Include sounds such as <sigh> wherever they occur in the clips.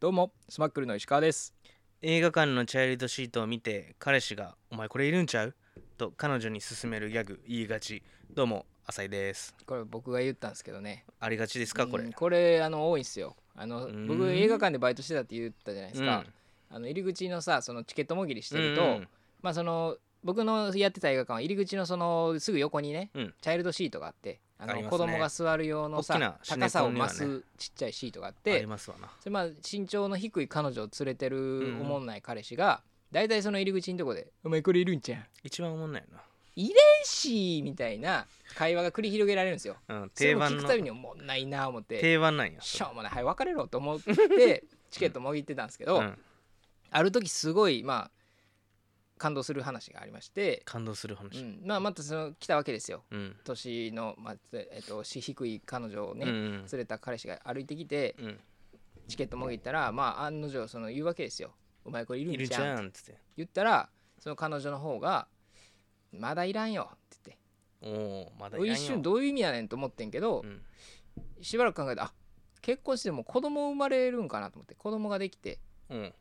どうもスマックルの石川です映画館のチャイルドシートを見て彼氏が「お前これいるんちゃう?」と彼女に勧めるギャグ言いがちどうも浅井ですこれ僕が言ったんですけどねありがちですかこれ、うんこれあの多いんですよあのうん僕映画館でバイトしてたって言ったじゃないですかうん、あの入り口のさそのチケットもぎりしてると、うんまあその僕のやってた映画館は入り口のそのすぐ横にね、うんチャイルドシートがあってあのあります子ね供が座る用の大さ、きなシネコンに高はねさを増すちっちゃいシートがあっあてりますわなそれまあ身長の低い彼女を連れてるうんおもんない彼氏が、だいたいその入り口のとこで「お前これいるんちゃう一番おもんないよな天使」みたいな会話が繰り広げられるんですよ。うん、それ定も番聞くたびのにおもんないな思って定番なんやしょうもないはい別れろと思ってチケットもぎってたんですけど、うんある時すごいまあ感動する話がありまして、感動するう話んまあ、またその来たわけですようん年の、まあええっと、し低い彼女をね、うんう連んれた彼氏が歩いてきてうんチケットもぎったら、まあ、案の定その言うわけですよ「お前これいいるるんじじゃん」ゃんっつって言ったらその彼女の方が「まだいらんよ」って言っておおまだいらん俺よ一瞬どういう意味やねんと思ってんけど、うんしばらく考えてあ結婚しても子供生まれるんかなと思って子供ができてうん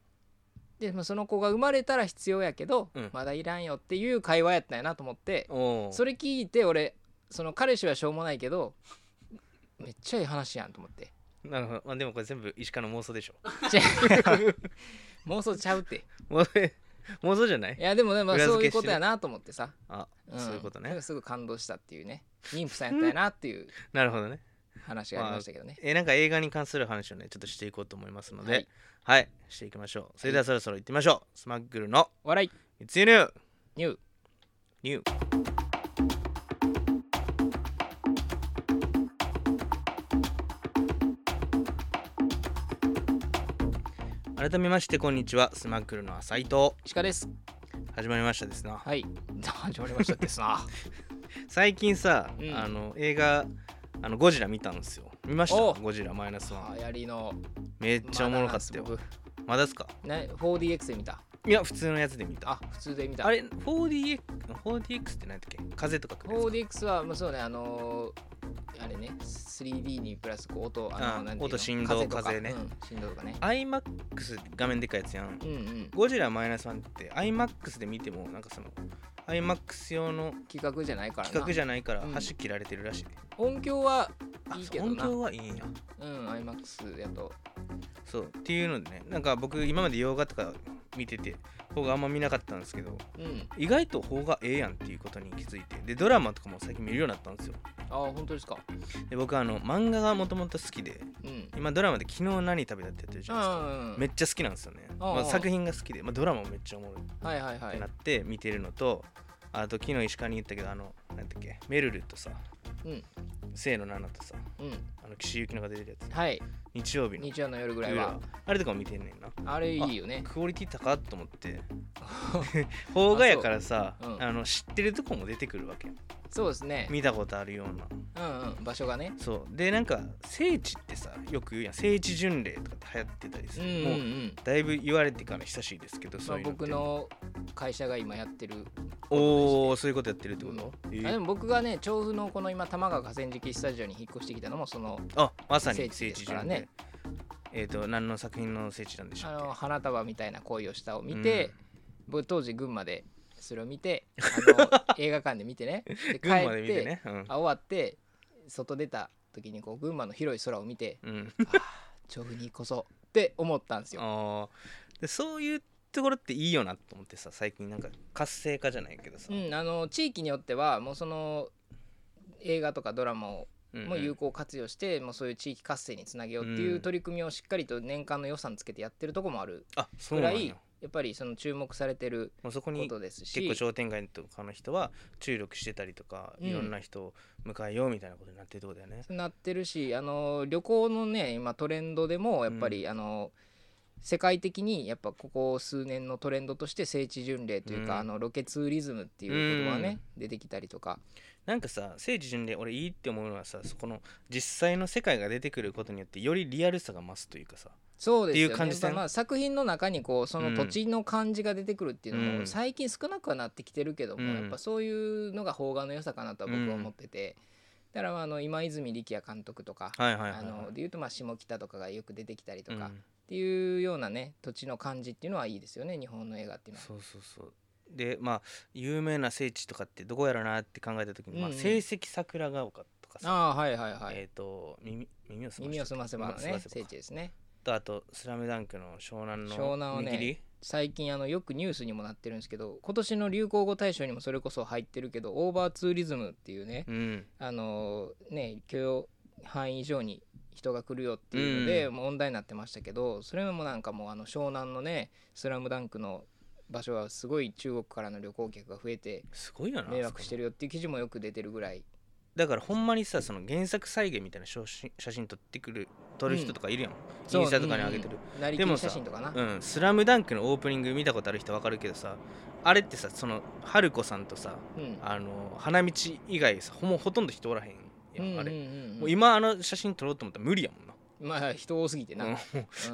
で、まあ、その子が生まれたら必要やけど、うんまだいらんよっていう会話やったんやなと思っておおそれ聞いて俺その彼氏はしょうもないけどめっちゃいい話やんと思ってなるほどまあでもこれ全部石川の妄想でしょ <laughs> 妄想ちゃうって妄想妄想じゃないいやでもね、まあ、裏そう付いけうことやなと思ってさ、あんそういうことだかねらすぐ感動したっていうね妊婦さんやったんやなっていうなるほどね話がありましたけどね、えーなんか映画に関する話をねちょっとしていこうと思いますのでははいい、していきましょうそれではそろそろ行ってみましょう、スマッグルの笑い「つゆニューニューニュー」改めましてこんにちはスマッグルの浅井と石川です始まりましたですなはい <laughs> 始まりましたですな最近さ、うんあの映画あのゴジラ見たんですよ見ましおたゴジラマイナスワン流行りのめっちゃおもろかったよまだなんまだっすかです僕ね 4DX で見たいや普通のやつで見たあ普通で見たあれ 4DX, 4DX って何だっけ風とかくるやつか 4DX はまあそうねあのーあれね 3D にプラスこう音あうのんなんていうの音振動とか風ねうん振動とかね iMAX 画面でかいやつやんうんうんゴジラマイナスワンって iMAX で見てもなんかその iMAX 用の企画じゃないからな企画じゃないからうん箸切られてるらしい、音響はあいいけど音な響はいいんやうん iMAX やとそうっていうのでねなんか僕今まで洋画とか見てて邦画あんま見なかったんですけどうん意外と邦画ええやんっていうことに気づいてでドラマとかも最近見るようになったんですよあ本当ですかで僕あの漫画がもともと好きでうん今ドラマで昨日何食べたってやってるじゃないですかうんめっちゃ好きなんですよね、ああまあ、作品が好きで、まあ、ドラマもめっちゃおもろいっはいはいはていなって見てるのと、あと昨日石川に言ったけどあのなんだっけめるるとさ、うん清野菜名とさうんあの岸井ゆきのが出てるやつはい日曜日の日曜の夜ぐらい夜はあれとかも見てんねんなあれいいよねクオリティ高っと思って <laughs> 邦画やからさああ、そううんの知ってるとこも出てくるわけそうですね見たことあるようなうんうん場所がねそうでなんか聖地ってさよく言うやん聖地巡礼とかって流行ってたりすうる、んうもうんだいぶ言われてから久しいですけどまそあういうのって僕の会社が今やってるおおそういうことやってるってこと、えーあでも僕がね調布のこの今玉川河川敷スタジオに引っ越してきたのもそのあまさに聖聖地地ですから巡ね礼えっ、と何の作品の聖地なんでしょあうの花束みたいな恋をしたを見うんて、僕当時群馬でそれを見 <laughs> てあの映画館で見てねで帰群っ馬でて見てねうん、あ終わって外出た時にこう群馬の広い空を見てうん、調布にこそって思ったんですよ。あーでそういうところっていいよなと思ってさ最近なんか活性化じゃないけどさ、うん、あの地域によってはもうその映画とかドラマをうんもう有効活用して、もうそういう地域活性につなげようっていう取り組みをしっかりと年間の予算つけてやってるとこもあるあそうぐならんいややっぱりその注目されてるもうそここにとですし結構商店街とかの人は注力してたりとか、うんいろんな人を迎えようみたいなことになってるってことだよねなってるしあの旅行のね今トレンドでもやっぱり、あの世界的にやっぱここ数年のトレンドとして聖地巡礼というか、うんあのロケツーリズムっていう言葉がね、出てきたりとか、なんかさ聖地巡礼俺いいって思うのはさそこの実際の世界が出てくることによってよりリアルさが増すというかさそうですよってねいう感じだよまあ、作品の中にこうその土地の感じが出てくるっていうのうもん最近少なくはなってきてるけども、うやんっぱそういうのが邦画の良さかなとは僕は思ってて、だからまああの今泉力也監督とか、はいはいはい、はい、あのでいうとまあ下北とかがよく出てきたりとか、っうんてっていうようなね土地の感じっていうのはいいですよね日本の映画っていうのは。そうそうそうでまあ有名な聖地とかってどこやろなって考えた時に、まあ、うんうん成績桜ヶ丘とかさ、ああはいはいはい。えっ、と耳耳をすま耳を澄ませばのね聖聖地ですね。とあと「スラムダンクの湘南の湘南はね握り最近あのよくニュースにもなってるんですけど今年の流行語大賞にもそれこそ入ってるけどオーバーツーリズムっていうねうんあのね許容範囲以上に人が来るよっていうのでう問題になってましたけど、それもなんかもうあの湘南のね「スラムダンクの場所はすごい中国からの旅行客が増えてすごいよな迷惑してるるよっていう記事もよく出てるぐらいだからほんまにさその原作再現みたいな写真写真撮ってくる撮る人とかいるやん、インスタとかに上げてる、、そううんなりきでもりさ写真とかな、うん、スラムダンクのオープニング見たことある人わかるけどさあれってさその春子さんとさうんあの花道以外さほもうほとんど人おらへんやん、あれ、うんうんうんうんもう今あの写真撮ろうと思ったら無理やもんな、まあ人多すぎてな、うんう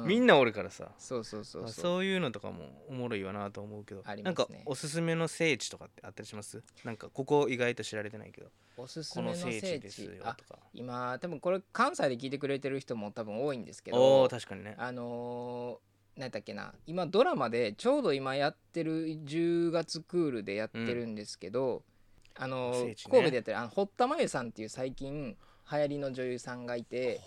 みんなおるからさそうそうそそううそういうのとかもおもろいわなと思うけど、ありまなんすねかおすすめの聖地とかってあったりしますなんかここ意外と知られてないけどおすすこめのの聖聖地地ですよあとか今多分これ関西で聞いてくれてる人も多分多いんですけおどおー確かにねあのー、何だっけな今ドラマでちょうど今やってる10月クールでやってるんですけど、あのー聖地ね神戸でやってるあの堀田真由さんっていう最近流行りの女優さんがいて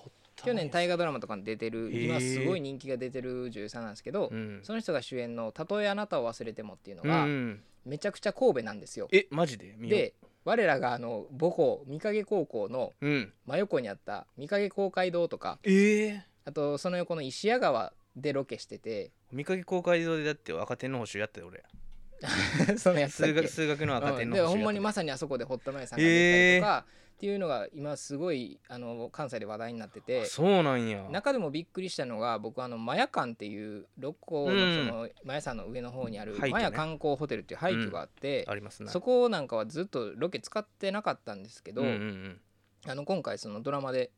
去年大河河ドラマとかに出てるへー今すごい人気が出てる女優さんなんですけど、うんその人が主演の「たとえあなたを忘れても」っていうのうがん、めちゃくちゃ神戸なんですよ。えマジで見ようで我らがあの母校三影高校のうん真横にあった三影公会堂とかええあとその横の石屋川でロケして <laughs> て見かけ公開堂でだって若手の補習やってたよ俺そのやつだっけ数学数学の若手うんので補習やってたほんまにまさにあそこで堀田真由さんが出たりとか、っていうのが今すごいあの関西で話題になっててあそうなんや中でもびっくりしたのが僕あのマヤ館っていう六甲のそのマヤさんの上の方にある廃墟ねマヤ観光ホテルっていう廃墟があって、ありますなそこなんかはずっとロケ使ってなかったんですけど、うんうんうんあの今回そのドラマで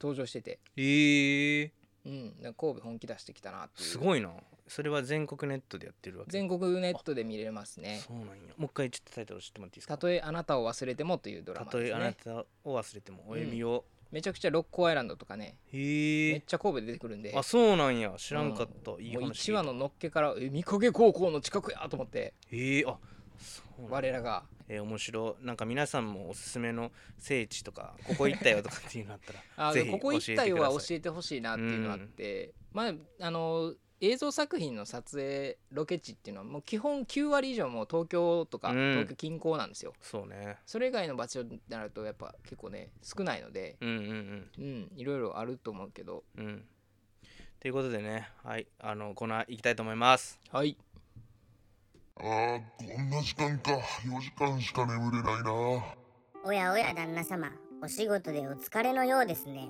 登場してて、ええうん、だから神戸本気出してきたなっていうすごいなそれは全国ネットでやってるわけ全国ネットで見れますねそうなんやもう一回ちょっとタイトル知ってもらっていいで「すたかとえあなたを忘れても」というドラたマとでえすあなねたを忘れてもお読みを、めちゃくちゃ六甲アイランドとかねへめっえちゃ神戸で出てくるんであそうなんや知らんかった、いいもう話1話ののっけから「え三影高校の近くや!」と思ってへえあそうなんや我らがえー、面白いなんか皆さんもおすすめの聖地とかここ行ったよとかっていうのあ <laughs> ったらあぜひここ行ったよは教えてえてほしいなっていうのあって、まああの映像作品の撮影ロケ地っていうのはもう基本9割以上もう東京とかうん東京近郊なんですよ、くださいそうねそれ以外の場所になるとやっぱ結構ね少ないので、うんうんうん、いろいろあると思うけどうんうんということでねはいあのコーナー行きたいと思いますはいああ、こんな時間か。4時間しか眠れないな。おやおや旦那様、お仕事でお疲れのようですね。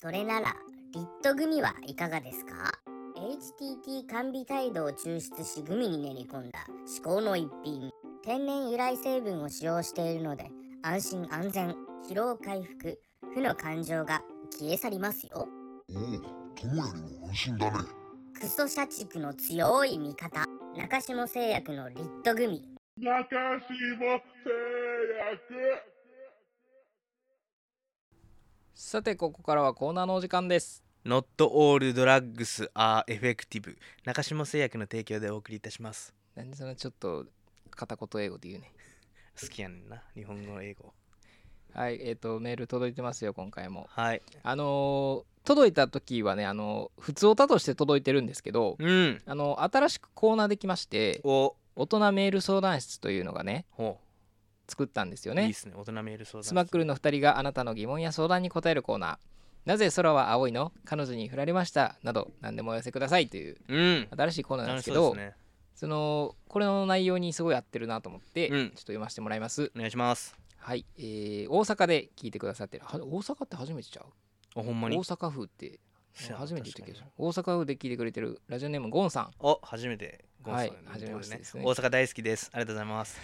それなら、リットグミはいかがですか ?HTT 完備態度を抽出しグミに練り込んだ至高の一品。天然由来成分を使用しているので、安心安全、疲労回復、負の感情が消え去りますよ。おお、友也にも安心だね。クソ社畜の強い味方、中島製薬のリットグミ。中島製薬さてここからはコーナーのお時間です Not all drugs are effective 中島製薬の提供でお送りいたしますなんでそのちょっと片言英語で言うね好きやねんな日本語英語はいえっ、とメール届いてますよ今回もはいあのー届いた時はねあの普通歌として届いてるんですけどうんあの新しくコーナーできましてお大人メール相談室というのがねほ作ったんですよう、いいねっすね大人メール相談室スマックルの2人があなたの疑問や相談に答えるコーナーなぜ空は青いの彼女に振られましたなど何でもお寄せくださいといううん新しいコーナーなんです楽しけそどうですねそのこれの内容にすごい合ってるなと思って、うちょっんと読ませてもらいますお願いしますはい、えー大阪で聞いてくださってるは大阪って初めてちゃうあほん大まに阪府ってせやな初めて言ったけど確かに大阪府で聞いてくれてるラジオネームゴンさんお初めてゴンさんはいとうこと初めましてですね大阪大好きですありがとうございます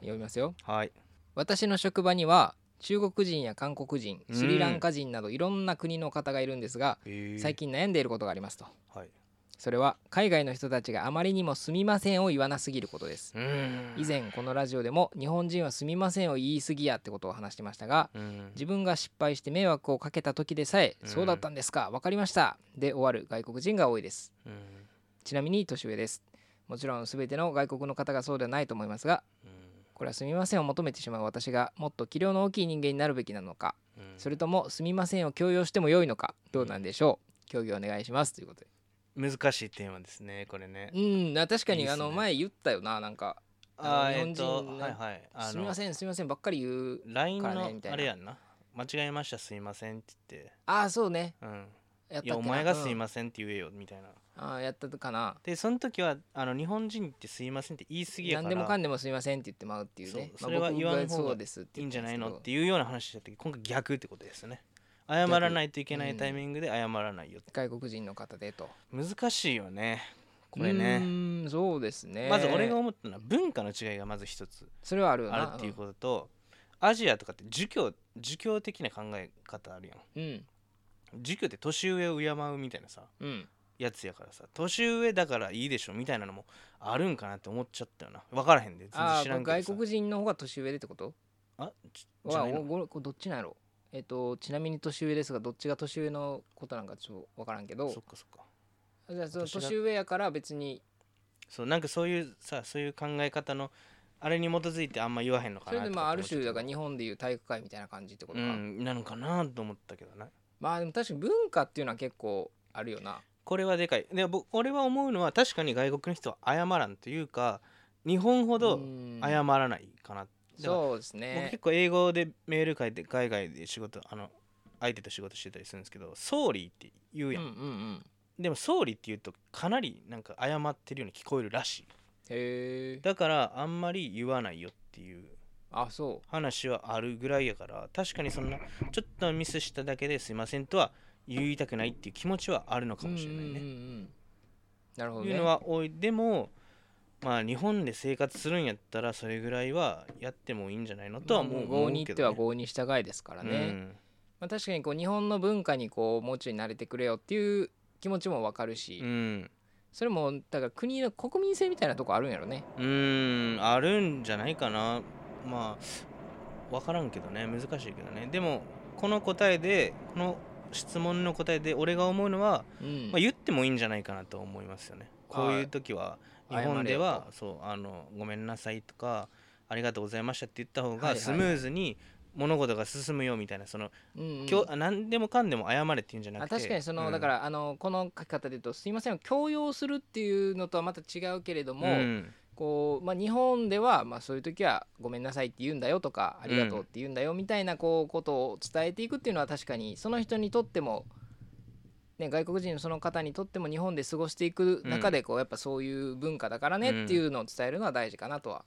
読みますよ <laughs> はい私の職場には中国人や韓国人うんスリランカ人などいろんな国の方がいるんですが、えー最近悩んでいることがありますとはいそれは海外の人たちがあまりにも「すみません」を言わなすぎることですうん以前このラジオでも日本人は「すみません」を言いすぎやってことを話してましたがうん自分が失敗して迷惑をかけた時でさえ「うんそうだったんですかわかりました」で終わる外国人が多いですうんちなみに年上ですもちろん全ての外国の方がそうではないと思いますがうんこれは「すみません」を求めてしまう私がもっと器量の大きい人間になるべきなのかうんそれとも「すみません」を強要しても良いのかどうなんでしょう協議お願いしますということで難しいテーマですねこれねうんな確かにいいっすあねの前言ったよななんかあー日え本っ人とのはいはい「すみまんせんすみません」ばっかり言う LINE からねのみたいなあれやんな間違えましたすいませんって言ってああそうねうんやっいたっけなやお前がすいうんませんって言えよみたいなああやったかなでその時はあの日本人ってすいませんって言い過ぎやか何らでもかんでもすみませんって言ってまうっていうねそうそれは言わん方が僕そうですっていい言んっじたゃないのですっけどていうような話だったけど今回逆ってことですね謝らないといけないタイミングで謝らないよって外国人の方でと難しいよねこれうねーんそうですねまず俺が思ったのは文化の違いがまず一つそれはあるよなあるっていうこととアジアとかって儒教儒教的な考え方あるやんうん儒教って年上を敬うみたいなさうんやつやからさ年上だからいいでしょみたいなのもあるんかなって思っちゃったよな分からへんで全ああ然知こられんけどさ外国人の方が年上でってことあじじゃわなあいのごごこれどっちなんやろえっとちなみに年上ですがどっちが年上のことなんかちょっと分からんけどそっかそっかじゃあその私が年上やから別にそうなんかそういうさそういう考え方のあれに基づいてあんま言わへんのかそなれでまあある種だから日日本でいう体育会みたいな感じってことうか、んなのかなと思ったけどねまあでも確かに文化っていうのは結構あるよなこれはでかいで僕俺は思うのは確かに外国の人は謝らんというか日本ほうどん謝らないかな、だからそうです僕ね結構英語でメール書いて海外で仕事あの相手と仕事してたりするんですけど「ソーリー」って言ううんや、うんんうんでも「ソーリー」って言うとかなりなんか謝ってるように聞こえるらしいへえだからあんまり言わないよっていうあそう話はあるぐらいやから確かにそんなちょっとミスしただけですいませんとは言いたくないっていう気持ちはあるのかもしれなういね。んうんうんうんなるほどいうねのは多いでもまあ日本で生活するんやったらそれぐらいはやってもいいんじゃないのとはもう思合うにけ行ってはど、ね。合に従いですからね、うんまあ、確かにこう日本の文化にこうもうちょい慣れてくれよっていう気持ちも分かるし、うん、それもだから国の国民性みたいなとこあるんやろねうん、あるんじゃないかなまあ分からんけどね難しいけどねでもこの答えでこの質問の答えで俺が思うのはうん、まあ、言ってもいいんじゃないかなと思いますよね。こういう時は日はい本で謝れはよそうあのごめんなさいとかありがとうございましたって言った方はいがはいスムーズに物事が進むよみたいなそのうんうんきょ何でもかんでも謝れっていうんじゃなあくて確かにその、だかららあのこの書き方で言うと「すいません」を強要するっていうのとはまた違うけれども、うんこうまあ、日本では、まあ、そういう時は「ごめんなさい」って言うんだよとか「ありがとう」って言うんだよみたいなこうことを伝えていくっていうのは確かにその人にとっても、ね、外国人のその方にとっても日本で過ごしていく中でこうやっぱそういう文化だからねっていうのを伝えるのは大事かなとは。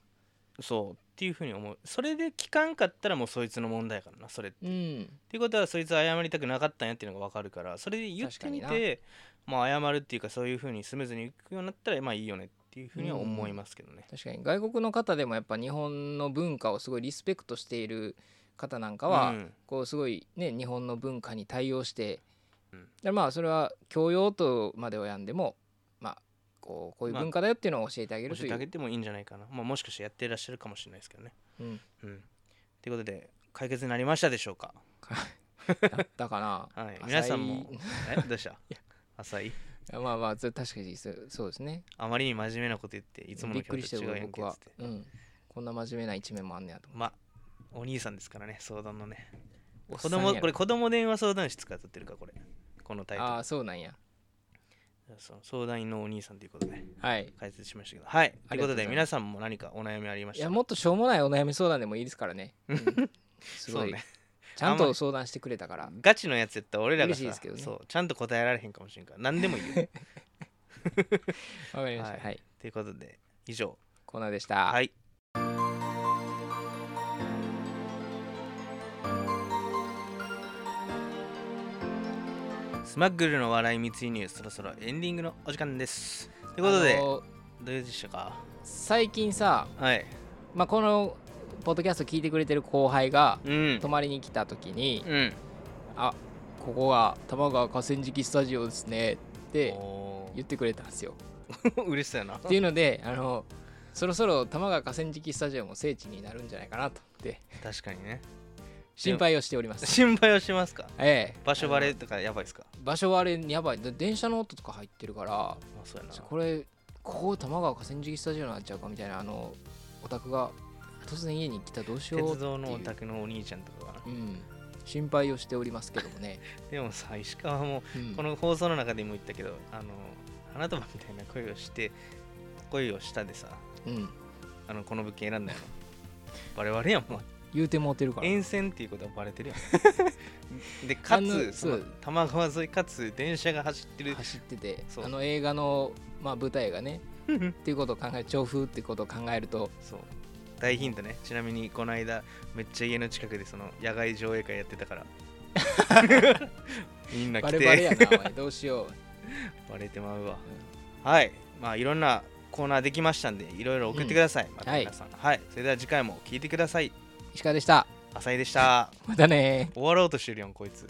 そうっていうふうに思うそれで聞かんかったらもうそいつの問題やからなそれって。うんっていうことはそいつは謝りたくなかったんやっていうのが分かるからそれで言ってみてまあ謝るっていうかそういうふうにスムーズにいくようになったらまあいいよねっていうふうには思いますけどね。確かに外国の方でもやっぱ日本の文化をすごいリスペクトしている方なんかは、うんこうすごいね日本の文化に対応して、うんでまあそれは教養とまではやんでもまあこうこういうまあ文化だよっていうのを教えてあげるとい教えう、てあげてもいいんじゃないかな、まあ、もしかしてやっていらっしゃるかもしれないですけどね。うん、うん、ということで解決になりましたでしょうか、だったかな <laughs> は浅い、い皆さんもえど <laughs> うした浅いまあまあそれ確かにそうそうですねあまりに真面目なこと言っていつもびのっくりしてと違うるやん僕けっはつって、うん、こんな真面目な一面もあんねやと思まあお兄さんですからね相談のねう子おっさん供やこれ子供電話相談室使ってるかこれこのタイあトあそうなんやルその相談員のお兄さんということではい解説しましたけどはいとあいりがうことうごとざいますで皆さんも何かお悩みありまいしたやらもっとしょうもないお悩み相談でもいいですからね、 <laughs> うんすごそうい、ねちゃんあんまとり相談してくれたからガチのやつやったら俺らが嬉しいでさすけどねそうちゃんと答えられへんかもしれんから何でもいいよわかりました、はいはい、ということ <laughs> で以上コーナーでした、はいスマッグルの笑い密輸入そろそろエンディングのお時間です。ということで、あのどうでしたか最近さ、はい。まあ、このポッドキャスト聞いてくれてる後輩がうん泊。まりに来た時にうん。 「あここが玉川河川敷スタジオですね」っってお言ってくれたんですよ。ー <laughs> 嬉しそうやなっていうのであのそろそろ多摩川河川敷スタジアムも聖地になるんじゃないかなと思って確かにね心配をしております。心配をしますかええ、場所バレとかやばいですか場所はあれやばいで電車の音とか入ってるからまあそうやなこれここ多摩川河川敷スタジアムになっちゃうかみたいなあのお宅が突然家に来たらどうしようっていう鉄道のお宅のお兄ちゃんとかがうん、心配をしておりますけども <laughs> ね、でもさ石川もうんこの放送の中でも言ったけどあの花束みたいな恋をして恋をしたでさうんあのこの物件選んだよバレバレやんもう言うてもうてるから沿線っていうことはバレてる <laughs> やんでかあつのそのそう多摩川沿いかつ電車が走ってる走っててそうあの映画の、まあ、舞台が <laughs> ねっていうことを考え調布ってことを考えるとそう大ヒントねちなみにこの間めっちゃ家の近くでその野外上映会やってたから <laughs> みんな来バてレバレやなお前どうしよバレてまうわ、はいまあいろんなコーナーできましたんでいろいろ送ってください、また皆さんはい、それでは次回も聞いてくださいう石川でした浅井でしたまたねー終わろうとしてるやんこいつ